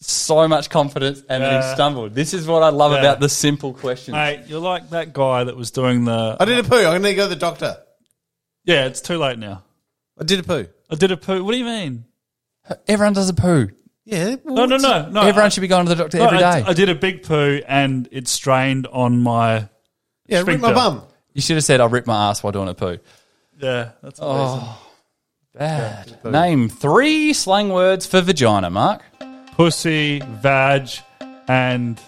Speaker 4: so much confidence and then he
Speaker 3: Yeah.
Speaker 4: stumbled. This is what I love
Speaker 3: Yeah.
Speaker 4: about the simple questions.
Speaker 3: Mate, you're like that guy that was doing
Speaker 2: I
Speaker 3: the.
Speaker 2: did a poo. I'm going to go to the doctor.
Speaker 3: Yeah, it's too late now.
Speaker 2: I did a poo.
Speaker 3: I did a poo. What do you mean?
Speaker 4: Everyone does a poo.
Speaker 2: Yeah.
Speaker 3: No, no, no, no.
Speaker 4: Everyone
Speaker 3: I-
Speaker 4: should be going to the doctor
Speaker 3: no,
Speaker 4: every day.
Speaker 3: I, I did a big poo and it strained on my.
Speaker 2: Yeah, rip my
Speaker 3: Sphincter.
Speaker 2: bum.
Speaker 4: you should have said, I ripped my ass while doing a poo.
Speaker 3: Yeah, that's
Speaker 4: Oh.
Speaker 3: the
Speaker 4: Bad. Name three slang words for vagina, Mark.
Speaker 3: reason. Pussy, vag, and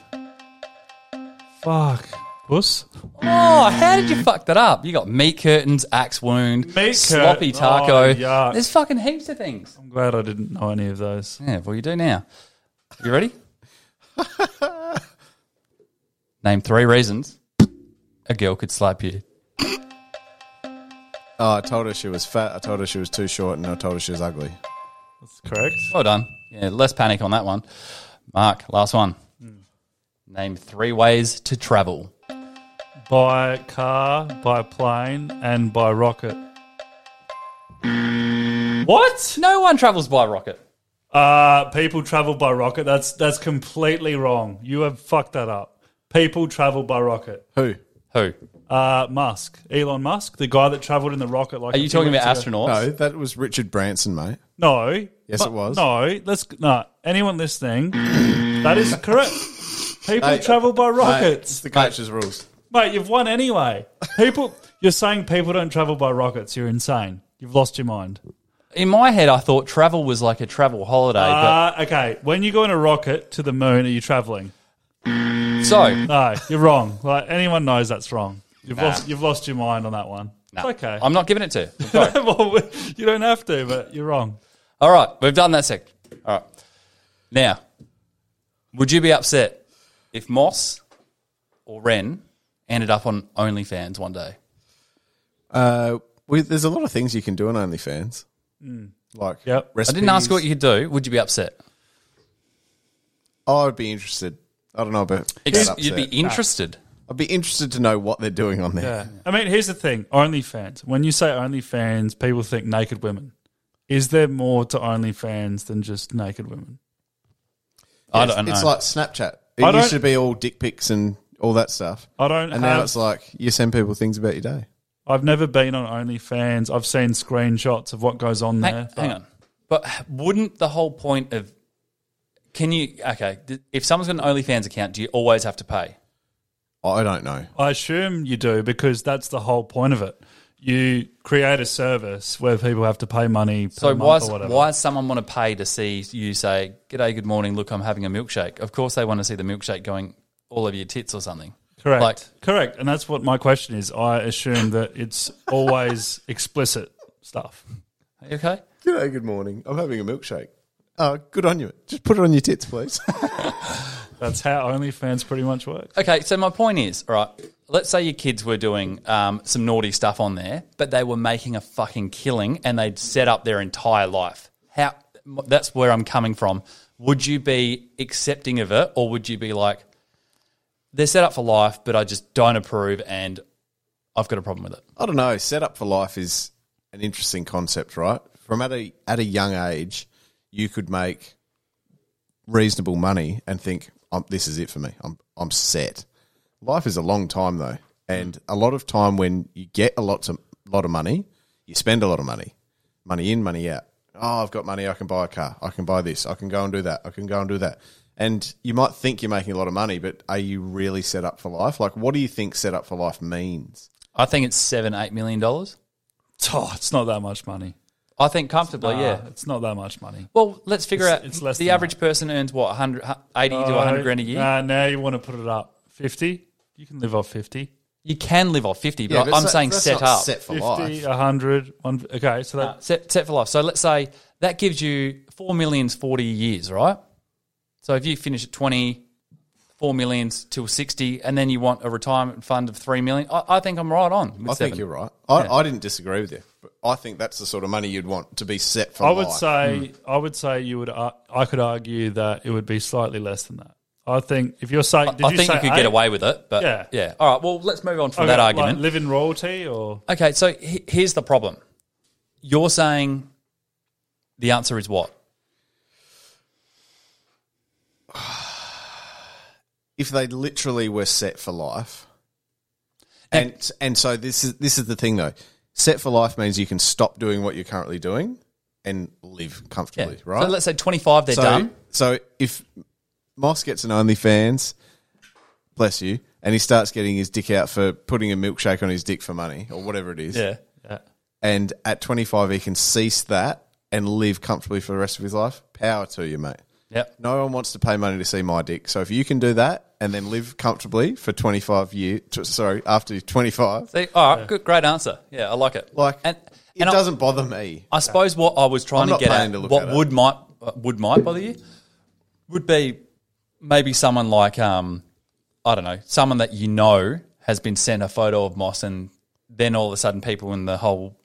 Speaker 3: fuck, puss.
Speaker 4: Oh, how did you fuck that up? You got meat curtains, axe wound,
Speaker 3: Meat
Speaker 4: sloppy
Speaker 3: curtain.
Speaker 4: taco.
Speaker 3: Oh, yuck.
Speaker 4: There's fucking heaps of things.
Speaker 3: I'm glad I didn't know any of those.
Speaker 4: Yeah, well, you do now. You ready? Name three reasons a girl could slap you.
Speaker 2: Oh, I told her she was fat. I told her she was too short, and I told her she was ugly.
Speaker 3: That's correct.
Speaker 4: Well done. Yeah, less panic on that one. Mark, last one.
Speaker 3: Hmm.
Speaker 4: Name three ways to travel.
Speaker 3: By car, by plane, and by rocket. What?
Speaker 4: No one travels by rocket.
Speaker 3: Uh, people travel by rocket. That's that's completely wrong. You have fucked that up. People travel by rocket.
Speaker 2: Who?
Speaker 4: Who?
Speaker 3: Uh, Musk, Elon Musk, the guy that traveled in the rocket. Like, a
Speaker 4: Are you
Speaker 3: few
Speaker 4: talking about
Speaker 3: weeks ago.
Speaker 4: astronauts?
Speaker 2: No, that was Richard Branson, mate.
Speaker 3: No.
Speaker 2: Yes,
Speaker 3: But-
Speaker 2: it was.
Speaker 3: No. Let's no. Anyone listening, that is correct. People travel by rockets.
Speaker 2: the coach's rules.
Speaker 3: Mate, you've won anyway. People, you're saying people don't travel by rockets. You're insane. You've lost your mind.
Speaker 4: In my head, I thought travel was like a travel holiday.
Speaker 3: Uh, okay. When you go in a rocket to the moon, are you traveling?
Speaker 4: but so,
Speaker 3: No, you're wrong. Like anyone knows that's wrong. You've lost. You've lost your mind on that one.
Speaker 4: nah,
Speaker 3: It's okay.
Speaker 4: I'm not giving it to you.
Speaker 3: well, we- you don't have to, but you're wrong.
Speaker 4: All right, we've done that sec. All right. Now, would you be upset if Moss or Ren ended up on OnlyFans one day?
Speaker 2: Uh, we, there's a lot of things you can do on OnlyFans.
Speaker 3: Hmm.
Speaker 2: Like
Speaker 3: Yep.
Speaker 4: I
Speaker 2: recipes.
Speaker 4: didn't ask you what you could do. Would you be upset?
Speaker 2: I would be interested. I don't know about.
Speaker 4: Ex-
Speaker 2: that
Speaker 4: you'd be
Speaker 2: upset.
Speaker 4: interested.
Speaker 2: I'd be interested to know what they're doing on there.
Speaker 3: Yeah. I mean, here's the thing OnlyFans. When you say OnlyFans, people think naked women. Is there more to OnlyFans than just naked women?
Speaker 4: I don't know.
Speaker 2: It's like Snapchat.
Speaker 3: I
Speaker 2: It
Speaker 3: don't-
Speaker 2: used to be all dick pics and all that stuff.
Speaker 3: I don't
Speaker 2: And now
Speaker 3: have-
Speaker 2: it's like you send people things about your day.
Speaker 3: I've never been on OnlyFans. I've seen screenshots of what goes on there.
Speaker 4: Hang,
Speaker 3: but
Speaker 4: hang on. But wouldn't the whole point of can you okay? th- If someone's got an OnlyFans account, do you always have to pay?
Speaker 2: I don't know.
Speaker 3: I assume you do because that's the whole point of it. You create a service where people have to pay money. Per
Speaker 4: So
Speaker 3: month
Speaker 4: why
Speaker 3: or whatever.
Speaker 4: why does someone want to pay to see you say "G'day, good morning"? Look, I'm having a milkshake. Of course, they want to see the milkshake going all over your tits or something.
Speaker 3: Correct.
Speaker 4: Like-
Speaker 3: Correct. And that's what my question is. I assume that it's always explicit stuff.
Speaker 4: Are you okay?
Speaker 2: G'day, good morning. I'm having a milkshake. Oh, good on you. Just put it on your tits, please.
Speaker 3: That's how OnlyFans pretty much works.
Speaker 4: Okay, so my point is, all right, let's say your kids were doing um, some naughty stuff on there, but they were making a fucking killing and they'd set up their entire life. How that's where I'm coming from. Would you be accepting of it or would you be like they're set up for life, but I just don't approve and I've got a problem with it.
Speaker 2: I don't know. Set up for life is an interesting concept, right? From at a at a young age, you could make reasonable money and think, I'm, "This is it for me. I'm I'm set." Life is a long time though, and a lot of time when you get a lot of lot of money, you spend a lot of money, money in, money out. Oh, I've got money. I can buy a car. I can buy this. I can go and do that. I can go and do that. And you might think you're making a lot of money, but are you really set up for life? Like, what do you think set up for life means?
Speaker 4: I think it's seven, eight million dollars.
Speaker 3: Oh, it's not that much money.
Speaker 4: I think comfortably,
Speaker 3: Nah,
Speaker 4: yeah.
Speaker 3: It's not that much money.
Speaker 4: Well, let's figure
Speaker 3: It's-
Speaker 4: out.
Speaker 3: it's less
Speaker 4: the
Speaker 3: than that.
Speaker 4: average person earns what 100, 80 to
Speaker 3: Oh,
Speaker 4: 100 grand a year.
Speaker 3: Nah, now you want to put it up. 50? You can live off 50.
Speaker 4: you can live off fifty, but
Speaker 2: but
Speaker 4: I'm
Speaker 2: so-
Speaker 4: saying
Speaker 2: that's
Speaker 4: set
Speaker 2: not
Speaker 4: up.
Speaker 2: Set for
Speaker 3: 50,
Speaker 2: life.
Speaker 3: 100. One, okay, so that,
Speaker 4: set, set for life. So let's say that gives you four millions forty years, right? So if you finish at twenty, four millions till sixty, and then you want a retirement fund of three million, I, I think I'm right on. With
Speaker 2: I
Speaker 4: seven.
Speaker 2: think you're right. I, I didn't disagree with you. But I think that's the sort of money you'd want to be set for
Speaker 3: I
Speaker 2: life.
Speaker 3: would say
Speaker 4: Hmm.
Speaker 3: I would say you would ar- I could argue that it would be slightly less than that. I think if you're saying
Speaker 4: I, I think you could get away with it, but yeah.
Speaker 3: Yeah.
Speaker 4: All right. Well, let's move on from that argument.
Speaker 3: live in royalty or
Speaker 4: okay. So he- here's the problem. You're saying the answer is what?
Speaker 2: if they literally were set for life. And and so this is this is the thing though. Set for life means you can stop doing what you're currently doing and live
Speaker 4: Yeah.
Speaker 2: comfortably, right?
Speaker 4: So let's say 25, they're
Speaker 2: so,
Speaker 4: done.
Speaker 2: so if Moss gets an OnlyFans, bless you, and he starts getting his dick out for putting a milkshake on his dick for money or whatever it is.
Speaker 4: Yeah.
Speaker 2: and at 25 he can cease that and live comfortably for the rest of his life power to you mate
Speaker 4: Yep.
Speaker 2: no one wants to pay money to see my dick so if you can do that and then live comfortably for 25 years sorry after 25
Speaker 4: See, all right. Good. Great answer. Yeah. I like it.
Speaker 2: like
Speaker 4: and,
Speaker 2: it
Speaker 4: and I-
Speaker 2: doesn't bother me
Speaker 4: I suppose what I was trying
Speaker 2: I'm
Speaker 4: to
Speaker 2: not
Speaker 4: get
Speaker 2: paying
Speaker 4: at,
Speaker 2: to look
Speaker 4: what
Speaker 2: at it.
Speaker 4: would might uh, would might bother you, would be maybe someone like um, I don't know, someone that you know has been sent a photo of Moss, and then all of a sudden people in the whole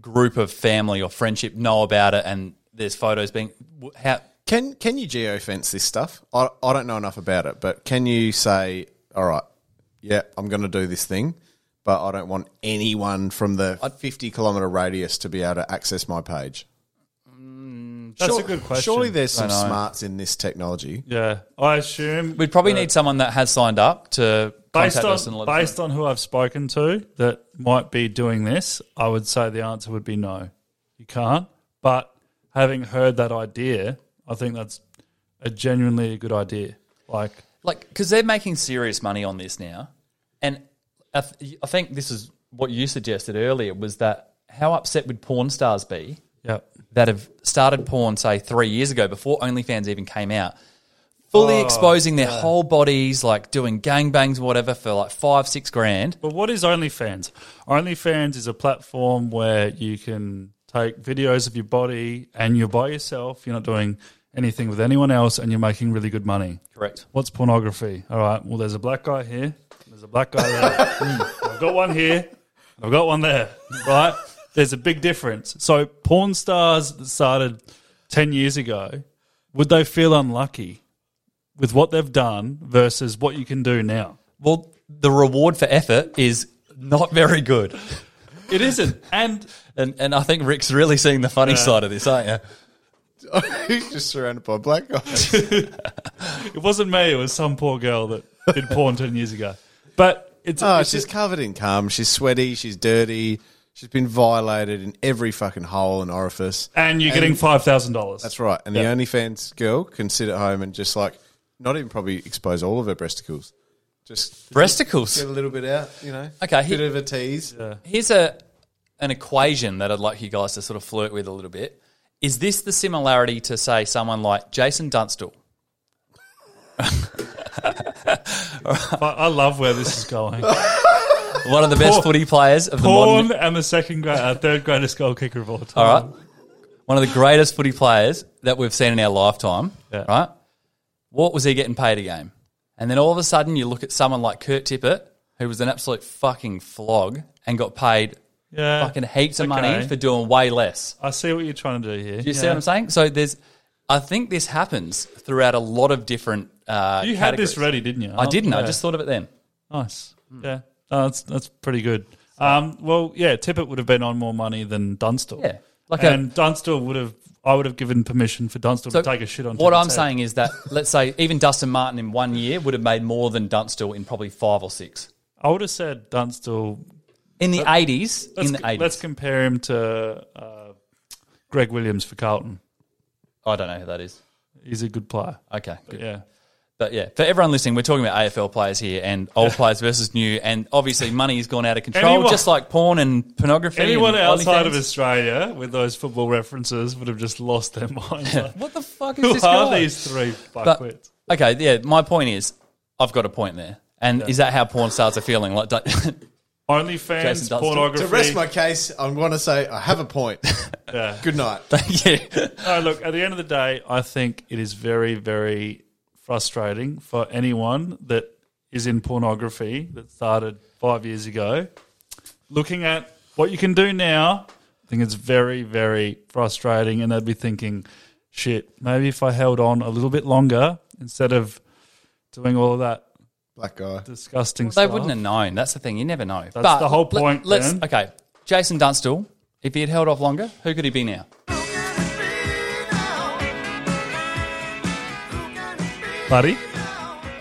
Speaker 4: group of family or friendship know about it, and there's photos being wh- how
Speaker 2: can can you geofence this stuff I, I don't know enough about it but can you say all right yeah i'm going to do this thing but i don't want anyone from the 50 kilometer radius to be able to access my page
Speaker 3: that's
Speaker 2: Mm, Sure-
Speaker 3: a good question.
Speaker 2: Surely there's some smarts in this technology.
Speaker 3: yeah, I assume
Speaker 4: we'd probably need someone that has signed up to
Speaker 3: based
Speaker 4: contact us and
Speaker 3: on
Speaker 4: let us
Speaker 3: based on who I've spoken to that might be doing this, I would say the answer would be no. You can't. But having heard that idea, I think that's a genuinely a good idea. Like
Speaker 4: like because they're making serious money on this now, and I, th- I think this is what you suggested earlier was that how upset would porn stars be
Speaker 3: yeah.
Speaker 4: that have started porn say three years ago before OnlyFans even came out, fully
Speaker 3: Oh,
Speaker 4: exposing their whole bodies, like doing gangbangs or whatever for like five six grand.
Speaker 3: But what is OnlyFans? OnlyFans is a platform where you can take videos of your body and you're by yourself. You're not doing anything with anyone else and you're making really good money.
Speaker 4: Correct.
Speaker 3: What's pornography? All right. Well, there's a black guy here. There's a black guy there. Hmm, I've got one here. I've got one there. Right. There's a big difference. So, porn stars that started 10 years ago, would they feel unlucky with what they've done versus what you can do now?
Speaker 4: Well, the reward for effort is not very good,
Speaker 3: It isn't. And
Speaker 4: and and I think Rick's really seeing the funny side of this, aren't you?
Speaker 2: He's just surrounded by black guys.
Speaker 3: It wasn't me. It was some poor girl that did porn 10 years ago. But it's,
Speaker 2: Oh,
Speaker 3: it's
Speaker 2: she's
Speaker 3: just,
Speaker 2: covered in cum. She's sweaty. She's dirty. She's been violated in every fucking hole and orifice.
Speaker 3: and you're getting $5,000.
Speaker 2: That's right. And the OnlyFans girl can sit at home and just like not even probably expose all of her breasticles. Just
Speaker 4: Breasticles.
Speaker 2: a little bit out, you know.
Speaker 4: Okay,
Speaker 2: Bit
Speaker 4: he-
Speaker 2: of a tease.
Speaker 4: Here's a an equation that I'd like you guys to sort of flirt with a little bit. Is this the similarity to say someone like Jason Dunstall?
Speaker 3: I, I love where this is going.
Speaker 4: One of the best
Speaker 3: Porn-
Speaker 4: footy players of the modern
Speaker 3: porn and the second grade, uh, third greatest goal kicker of all time.
Speaker 4: All right. One of the greatest footy players that we've seen in our lifetime.
Speaker 3: Yeah.
Speaker 4: Right. What was he getting paid a game? And then all of a sudden you look at someone like Kurt Tippett, who was an absolute fucking flog and got paid
Speaker 3: Yeah.
Speaker 4: fucking heaps of
Speaker 3: Okay.
Speaker 4: money for doing way less.
Speaker 3: I see what you're trying to do here.
Speaker 4: Do you see what I'm saying? So there's I think this happens throughout a lot of different uh
Speaker 3: You had this
Speaker 4: categories.
Speaker 3: ready, didn't you? Oh,
Speaker 4: I didn't, I
Speaker 3: Yeah.
Speaker 4: just Hmm. thought of it then.
Speaker 3: Nice. Yeah. Oh, that's that's pretty good. Um, well, yeah, Tippett would have been on more money than Dunstall.
Speaker 4: Yeah. Like a-
Speaker 3: and Dunstall would have, I would have given permission for Dunstall
Speaker 4: So
Speaker 3: to take a shit on.
Speaker 4: What
Speaker 3: Tippett's
Speaker 4: I'm
Speaker 3: head.
Speaker 4: saying is that let's say even Dustin Martin in one year would have made more than Dunstall in probably five or six.
Speaker 3: I would have said Dunstall.
Speaker 4: In the eighties,
Speaker 3: Let's,
Speaker 4: in the eighties,
Speaker 3: let's compare him to uh, Greg Williams for Carlton.
Speaker 4: I don't know who that is.
Speaker 3: He's a good player.
Speaker 4: Okay, good.
Speaker 3: Yeah.
Speaker 4: But yeah, for everyone listening, we're talking about AFL players here and old players versus new, and obviously money has gone out of control,
Speaker 3: Anyone-
Speaker 4: just like porn and pornography.
Speaker 3: Anyone
Speaker 4: and
Speaker 3: outside
Speaker 4: OnlyFans.
Speaker 3: of Australia with those football references would have just lost their mind. Like,
Speaker 4: What the fuck is
Speaker 3: Who
Speaker 4: this
Speaker 3: are
Speaker 4: guy?
Speaker 3: these three
Speaker 4: But-
Speaker 3: fuckwits?
Speaker 4: okay, yeah. My point is, I've got a point there. And is that how porn stars are feeling? Like, don't- Jason
Speaker 3: OnlyFans,
Speaker 4: Dunstall.
Speaker 2: To
Speaker 3: pornography.
Speaker 2: rest my case, I want to say I have a point. Good night.
Speaker 4: yeah.
Speaker 3: No, look, at the end of the day, I think it is very, very frustrating for anyone that is in pornography that started five years ago. Looking at what you can do now, I think it's very, very frustrating. And they'd be thinking, shit, maybe if I held on a little bit longer instead of doing all of that
Speaker 2: Black guy.
Speaker 3: disgusting
Speaker 4: They
Speaker 3: stuff.
Speaker 4: wouldn't have known. That's the thing. You never know. That's
Speaker 3: the whole point,
Speaker 4: Let, us
Speaker 3: man.
Speaker 4: okay. Jason Dunstall. If he had held off longer, who could he be now?
Speaker 3: Buddy?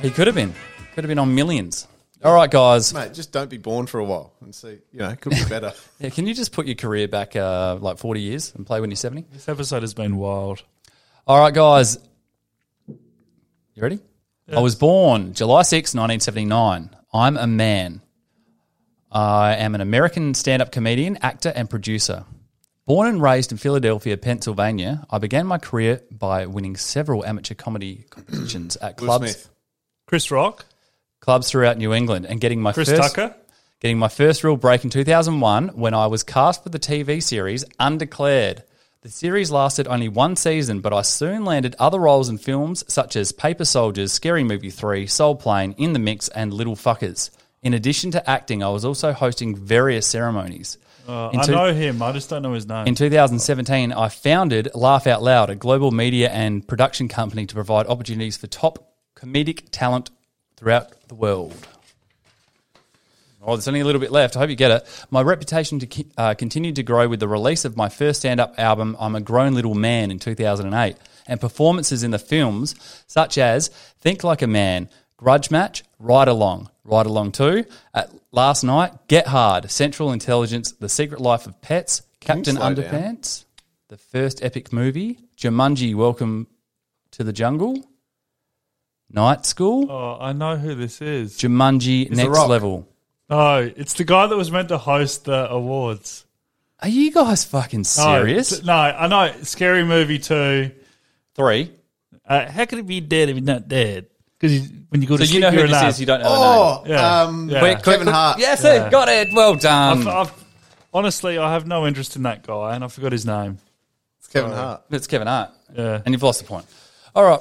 Speaker 4: He could have been. Could have been on millions. All right, guys.
Speaker 2: Mate, just don't be born for a while and see. You know, it could be better.
Speaker 4: Yeah, can you just put your career back uh, like 40 years and play when you're 70?
Speaker 3: This episode has been wild.
Speaker 4: All right, guys. You ready? I was born July 6, 1979. I'm a man. I am an American stand up comedian, actor, and producer. Born and raised in Philadelphia, Pennsylvania, I began my career by winning several amateur comedy competitions at
Speaker 2: Will
Speaker 4: clubs,
Speaker 2: Smith.
Speaker 3: Chris Rock?
Speaker 4: clubs throughout New England and getting my
Speaker 3: Chris
Speaker 4: first
Speaker 3: Tucker?
Speaker 4: getting my first real break in 2001 when I was cast for the TV series Undeclared. The series lasted only one season, but I soon landed other roles in films such as Paper Soldiers, Scary Movie 3, Soul Plane, In the Mix, and Little Fuckers. In addition to acting, I was also hosting various ceremonies. In
Speaker 3: Uh, I
Speaker 4: two-
Speaker 3: know him. I just don't know his name.
Speaker 4: in 2017, I founded Laugh Out Loud, a global media and production company to provide opportunities for top comedic talent throughout the world. Oh, there's only a little bit left. I hope you get it. My reputation to ki- uh, continued to grow with the release of my first stand up album, I'm a Grown Little Man, in 2008, and performances in the films such as Think Like a Man, Grudge Match, Ride Along, Ride Along 2, at Last Night, Get Hard, Central Intelligence, The Secret Life of Pets, Captain
Speaker 2: slow down?
Speaker 4: Underpants, the first epic movie, Jumanji, Welcome to the Jungle, Night School,
Speaker 3: oh, I know who this is.
Speaker 4: Jumanji, Next
Speaker 2: Rock.
Speaker 4: Level.
Speaker 3: No, it's the guy that was meant to host the awards.
Speaker 4: Are you guys fucking
Speaker 3: No,
Speaker 4: serious?
Speaker 3: t- No, I know. Scary movie two.
Speaker 4: Three.
Speaker 3: Uh, how could it be dead if he's not dead? Because when you go to
Speaker 4: So you
Speaker 3: sleep,
Speaker 4: know
Speaker 3: you're
Speaker 4: who this
Speaker 3: allowed.
Speaker 4: is, you don't know
Speaker 2: Oh,
Speaker 3: Yeah.
Speaker 2: um,
Speaker 3: Yeah.
Speaker 4: the name.
Speaker 3: Quick,
Speaker 2: Kevin Hart.
Speaker 4: Yes, sir, got it. Well done.
Speaker 3: I've, I've, honestly, I have no interest in that guy, and I forgot his name.
Speaker 2: It's Kevin Hart.
Speaker 4: it's Kevin Hart.
Speaker 3: Yeah.
Speaker 4: And you've lost the point. All right.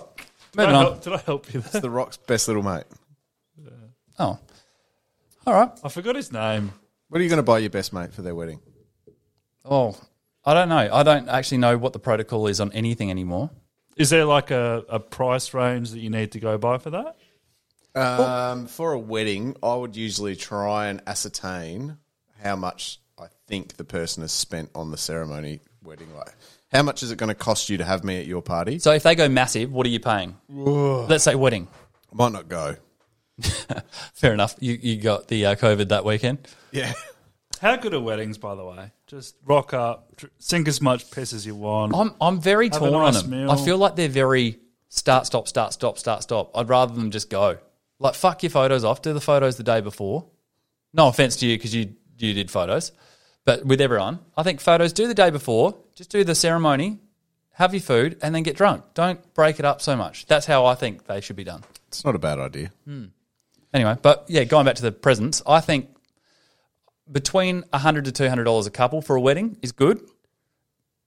Speaker 3: Did I
Speaker 4: Moving on.
Speaker 3: help, did I help you there?
Speaker 2: The Rock's best little mate.
Speaker 4: Oh. All right.
Speaker 3: I forgot his name.
Speaker 2: What are you going to buy your best mate for their wedding?
Speaker 4: Oh, I don't know. I don't actually know what the protocol is on anything anymore.
Speaker 3: Is there like a, a price range that you need to go by for that?
Speaker 2: Um, for a wedding, I would usually try and ascertain how much I think the person has spent on the ceremony wedding. Like, how much is it going to cost you to have me at your party?
Speaker 4: So if they go massive, what are you paying? Let's say wedding.
Speaker 2: Might not go.
Speaker 4: Fair enough. You, you got the uh, COVID that weekend.
Speaker 2: Yeah.
Speaker 3: How good are weddings, by the way? Just rock up, dr- sink as much piss as you want.
Speaker 4: I'm I'm very
Speaker 3: Have a
Speaker 4: torn
Speaker 3: nice
Speaker 4: on them.
Speaker 3: meal.
Speaker 4: I feel like they're very start stop start stop start stop. I'd rather them just go. Like fuck your photos off. Do the photos the day before. No offense to you because you you did photos, but with everyone, I think photos do the day before. Just do the ceremony, have your food, and then get drunk. Don't break it up so much. That's how I think they should be done.
Speaker 2: It's not a bad idea.
Speaker 4: Anyway, but yeah, going back to the presents, I think between hundred to two hundred dollars a couple for a wedding is good.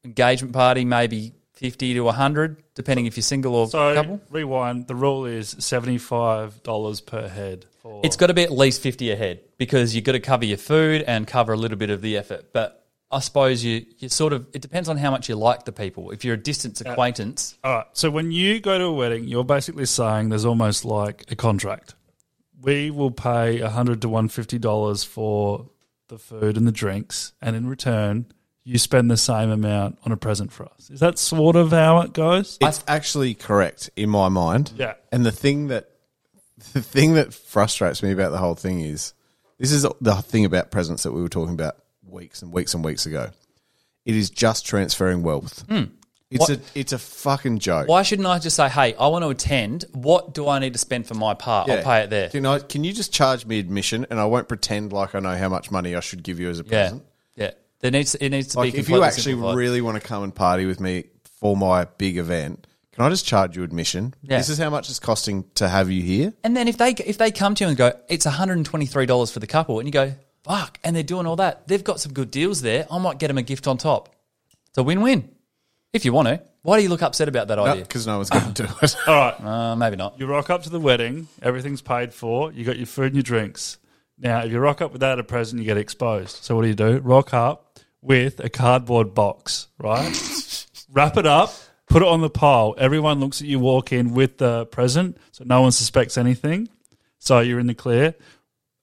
Speaker 4: Engagement party maybe fifty to hundred, depending if you're single or
Speaker 3: so
Speaker 4: couple.
Speaker 3: rewind. The rule is seventy five dollars per head. For,
Speaker 4: It's got to be at least fifty a head because you've got to cover your food and cover a little bit of the effort. But I suppose you you sort of it depends on how much you like the people. If you're a distance acquaintance,
Speaker 3: all right. So when you go to a wedding, you're basically saying there's almost like a contract. We will pay hundred to one fifty dollars for the food and the drinks, and in return, you spend the same amount on a present for us. Is that sort of how it goes?
Speaker 2: It's actually correct in my mind.
Speaker 3: Yeah.
Speaker 2: And the thing that the thing that frustrates me about the whole thing is this is the thing about presents that we were talking about weeks and weeks and weeks ago. It is just transferring wealth. It's
Speaker 4: What-
Speaker 2: a it's a fucking joke.
Speaker 4: why shouldn't I just say, hey, I want to attend. What do I need to spend for my part?
Speaker 2: Yeah.
Speaker 4: I'll pay it there.
Speaker 2: Can I? Can you just charge me admission, and I won't pretend like I know how much money I should give you as a
Speaker 4: Yeah,
Speaker 2: present?
Speaker 4: yeah. There needs it needs to
Speaker 2: Like,
Speaker 4: be.
Speaker 2: if you
Speaker 4: completely
Speaker 2: actually
Speaker 4: simplified.
Speaker 2: really want to come and party with me for my big event, can I just charge you admission?
Speaker 4: Yeah.
Speaker 2: This is how much it's costing to have you here.
Speaker 4: And then if they if they come to you and go, it's one hundred and twenty three dollars for the couple, and you go, fuck, and they're doing all that, they've got some good deals there. I might get them a gift on top. It's a win win. If you want to, why do you look upset about that idea?
Speaker 2: Because no one's going to do it.
Speaker 3: All right.
Speaker 4: Uh, maybe not.
Speaker 3: You rock up to the wedding, everything's paid for, you got your food and your drinks. Now, if you rock up without a present, you get exposed. So, what do you do? Rock up with a cardboard box, right? Wrap it up, put it on the pile. Everyone looks at you walk in with the present, so no one suspects anything. So, you're in the clear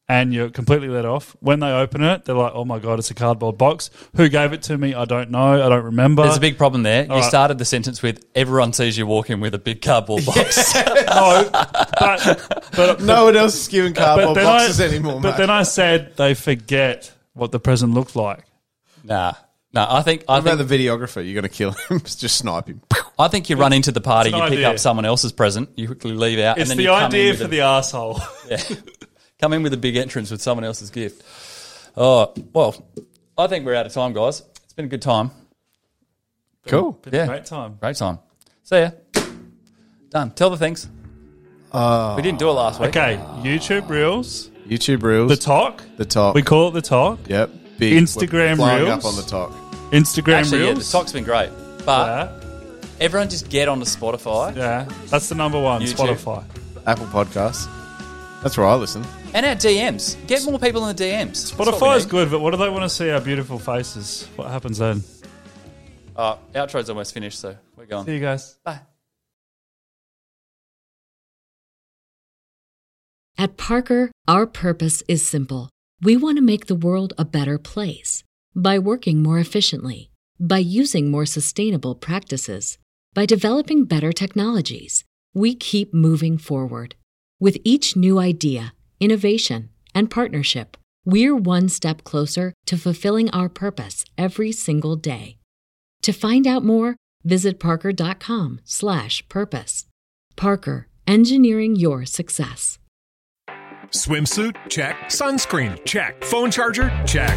Speaker 3: and you're completely let off. When they open it, they're like, oh my God, it's a cardboard box. Who gave it to me? I don't know. I don't remember.
Speaker 4: There's a big problem there. you
Speaker 3: right.
Speaker 4: started the sentence with everyone sees you walk in with a big cardboard box.
Speaker 3: no, but, but
Speaker 2: no one else is giving cardboard boxes
Speaker 3: I,
Speaker 2: anymore,
Speaker 3: But
Speaker 2: mate.
Speaker 3: then I said they forget what the present looked like.
Speaker 4: nah, nah. I think I
Speaker 2: what about
Speaker 4: think,
Speaker 2: the videographer? You're going to kill him. Just snipe him.
Speaker 4: I think you run into the party,
Speaker 3: It's
Speaker 4: you
Speaker 3: an
Speaker 4: pick
Speaker 3: idea.
Speaker 4: up someone else's present, you quickly leave out,
Speaker 3: It's
Speaker 4: and then
Speaker 3: the
Speaker 4: you come in
Speaker 3: idea
Speaker 4: with
Speaker 3: for
Speaker 4: a-
Speaker 3: the asshole.
Speaker 4: come in with a big entrance with someone else's gift. Oh well, I think we're out of time, guys. It's been a good time.
Speaker 2: Cool.
Speaker 4: Yeah.
Speaker 3: Great time.
Speaker 4: Great time. See ya. Done. Tell the things. we didn't do it last week.
Speaker 3: Okay, YouTube Reels,
Speaker 2: YouTube Reels.
Speaker 3: the talk.
Speaker 2: The talk.
Speaker 3: We call it the talk.
Speaker 2: Yep. Big.
Speaker 3: Instagram
Speaker 2: We're flying
Speaker 3: Reels.
Speaker 2: up on the talk.
Speaker 3: Instagram
Speaker 4: Actually, yeah, the
Speaker 3: Reels.
Speaker 4: talk's been great. But
Speaker 3: yeah,
Speaker 4: everyone just get onto Spotify.
Speaker 3: yeah, that's the number one.
Speaker 4: YouTube.
Speaker 3: Spotify.
Speaker 2: Apple Podcasts. That's where I listen.
Speaker 4: And our DMs. Get more people in the DMs.
Speaker 3: Spotify's
Speaker 4: That's what we need.
Speaker 3: good, but what do they want to see? Our beautiful faces. What happens then?
Speaker 4: Oh, outro's almost finished, so we're gone.
Speaker 3: See you guys.
Speaker 4: Bye.
Speaker 5: At Parker, our purpose is simple. We want to make the world a better place by working more efficiently, by using more sustainable practices, by developing better technologies. We keep moving forward. With each new idea, innovation, and partnership, we're one step closer to fulfilling our purpose every single day. To find out more, visit parker.com/purpose. Parker, engineering your success.
Speaker 6: Swimsuit? Check. Sunscreen? Check. Phone charger? Check.